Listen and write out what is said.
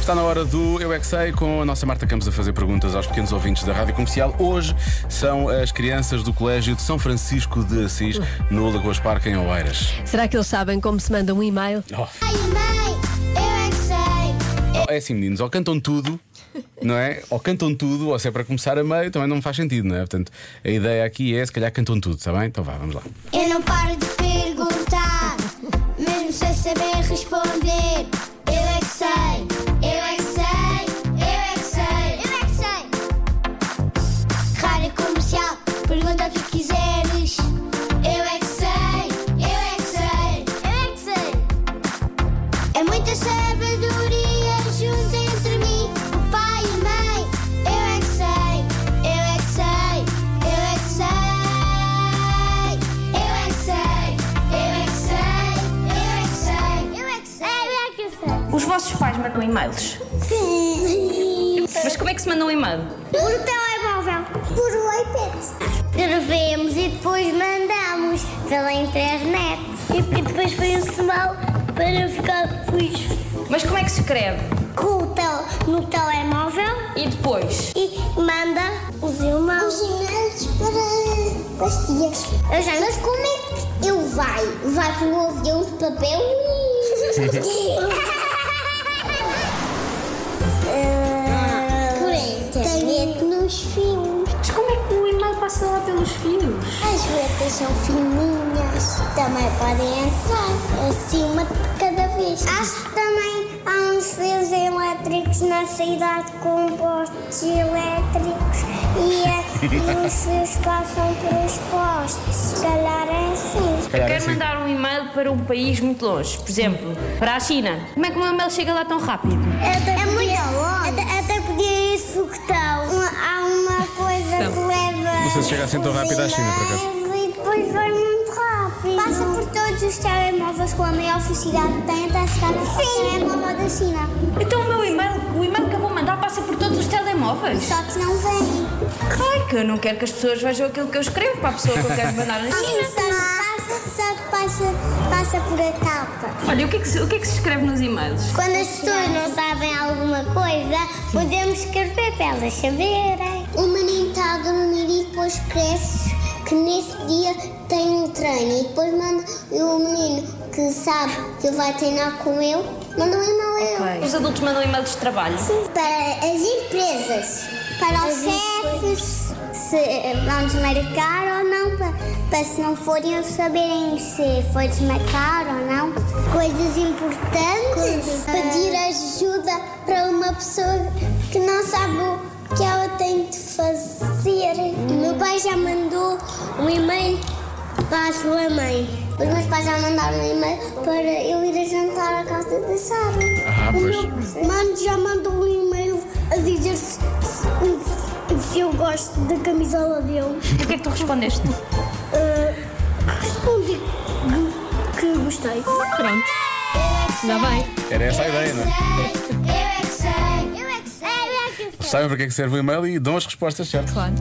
Está na hora do Eu é que Sei, com a nossa Marta Campos a fazer perguntas aos pequenos ouvintes da Rádio Comercial. Hoje são as crianças do Colégio de São Francisco de Assis, no Lagoas Parque, em Oeiras. Será que eles sabem como se manda um e-mail? Oh, Ai, mãe, eu é que sei. é assim, meninos, ou cantam tudo, não é? Ou cantam tudo, ou se é para começar a meio, também não faz sentido, não é? Portanto, a ideia aqui é, se calhar cantam tudo, está bem? Então vá, vamos lá. Eu não paro de perguntar, mesmo sem saber responder. Eu é que sei. Eu é que sei. Eu é que sei. Eu é que sei. Rádio comercial, pergunta o que quiseres. Eu é que sei. Eu é que sei. Eu é que sei. É muita sabedoria junto entre mim, o pai e a mãe. Eu é que sei. Eu é que sei. Eu é que sei. Eu é que sei. Eu é que sei. Eu é que sei. Eu é que sei. Eu é que sei. Os vossos pais mandam e-mails. Sim. Mas como é que se mandam e-mail? Por telemóvel. Por o iPad. Gravemos e depois mandamos pela internet. E depois foi o mal para ficar feliz. Mas como é que se escreve? Com o tel no telemóvel E depois? e manda os irmãos. Os irmãos para as tias. Eu já, mas como é que eu vai? Vai com o avião de papel? Ah, Tem medo nos fios. Mas como é que o e-mail passa lá pelos fios? As letras são fininhas, também podem entrar, assim uma de cada vez. Acho que também há uns fios elétricos na cidade com postes elétricos e, é- e os fios passam pelos postes. Se calhar é assim. Eu quero mandar um e-mail para um país muito longe, por exemplo, para a China. Como é que o meu e-mail chega lá tão rápido? é muito longe. Até, podia ir suctão. Há uma coisa que leva. Não sei se chega Então, assim tão rápido à China, por acaso. E depois vai muito rápido. Passa por todos os telemóveis com a maior velocidade que tem até chegar ao telemóvel da China. Então o meu e-mail, o e-mail que eu vou mandar passa por todos os telemóveis. Só que não vem. Claro que eu não quero que as pessoas vejam aquilo que eu escrevo para a pessoa que eu quero mandar na China. Só que passa, passa por a capa. Olha, o que, é que se, o que é que se escreve nos e-mails? Quando as pessoas não sabem alguma coisa, podemos escrever para elas saberem. O menino está a dormir e depois cresce que nesse dia tem um treino. E depois manda e o menino que sabe que vai treinar com eu, manda um e-mail a ele. Os adultos mandam e-mails de trabalho. Para as empresas, para os chefes, se vão desmarcar ou não, para, para se não forem eles saberem se foi desmarcar ou não. Coisas importantes, pedir ajuda para uma pessoa que não sabe o que ela tem de fazer. O meu pai já mandou um e-mail para a sua mãe. Os meus pais já mandaram um e-mail para eu ir a jantar à casa da Sara. Ah, O pois. meu mano já mandou um e-mail a dizer se, se- se eu gosto da camisola dele. E o que é que tu respondeste? Ah, respondi que, que gostei. é Pronto, já vai. Era essa a ideia, não é? Eu é que sei, eu é que sei, eu é que sei. Sabem para que é que serve o e-mail e dão as respostas certas. Claro.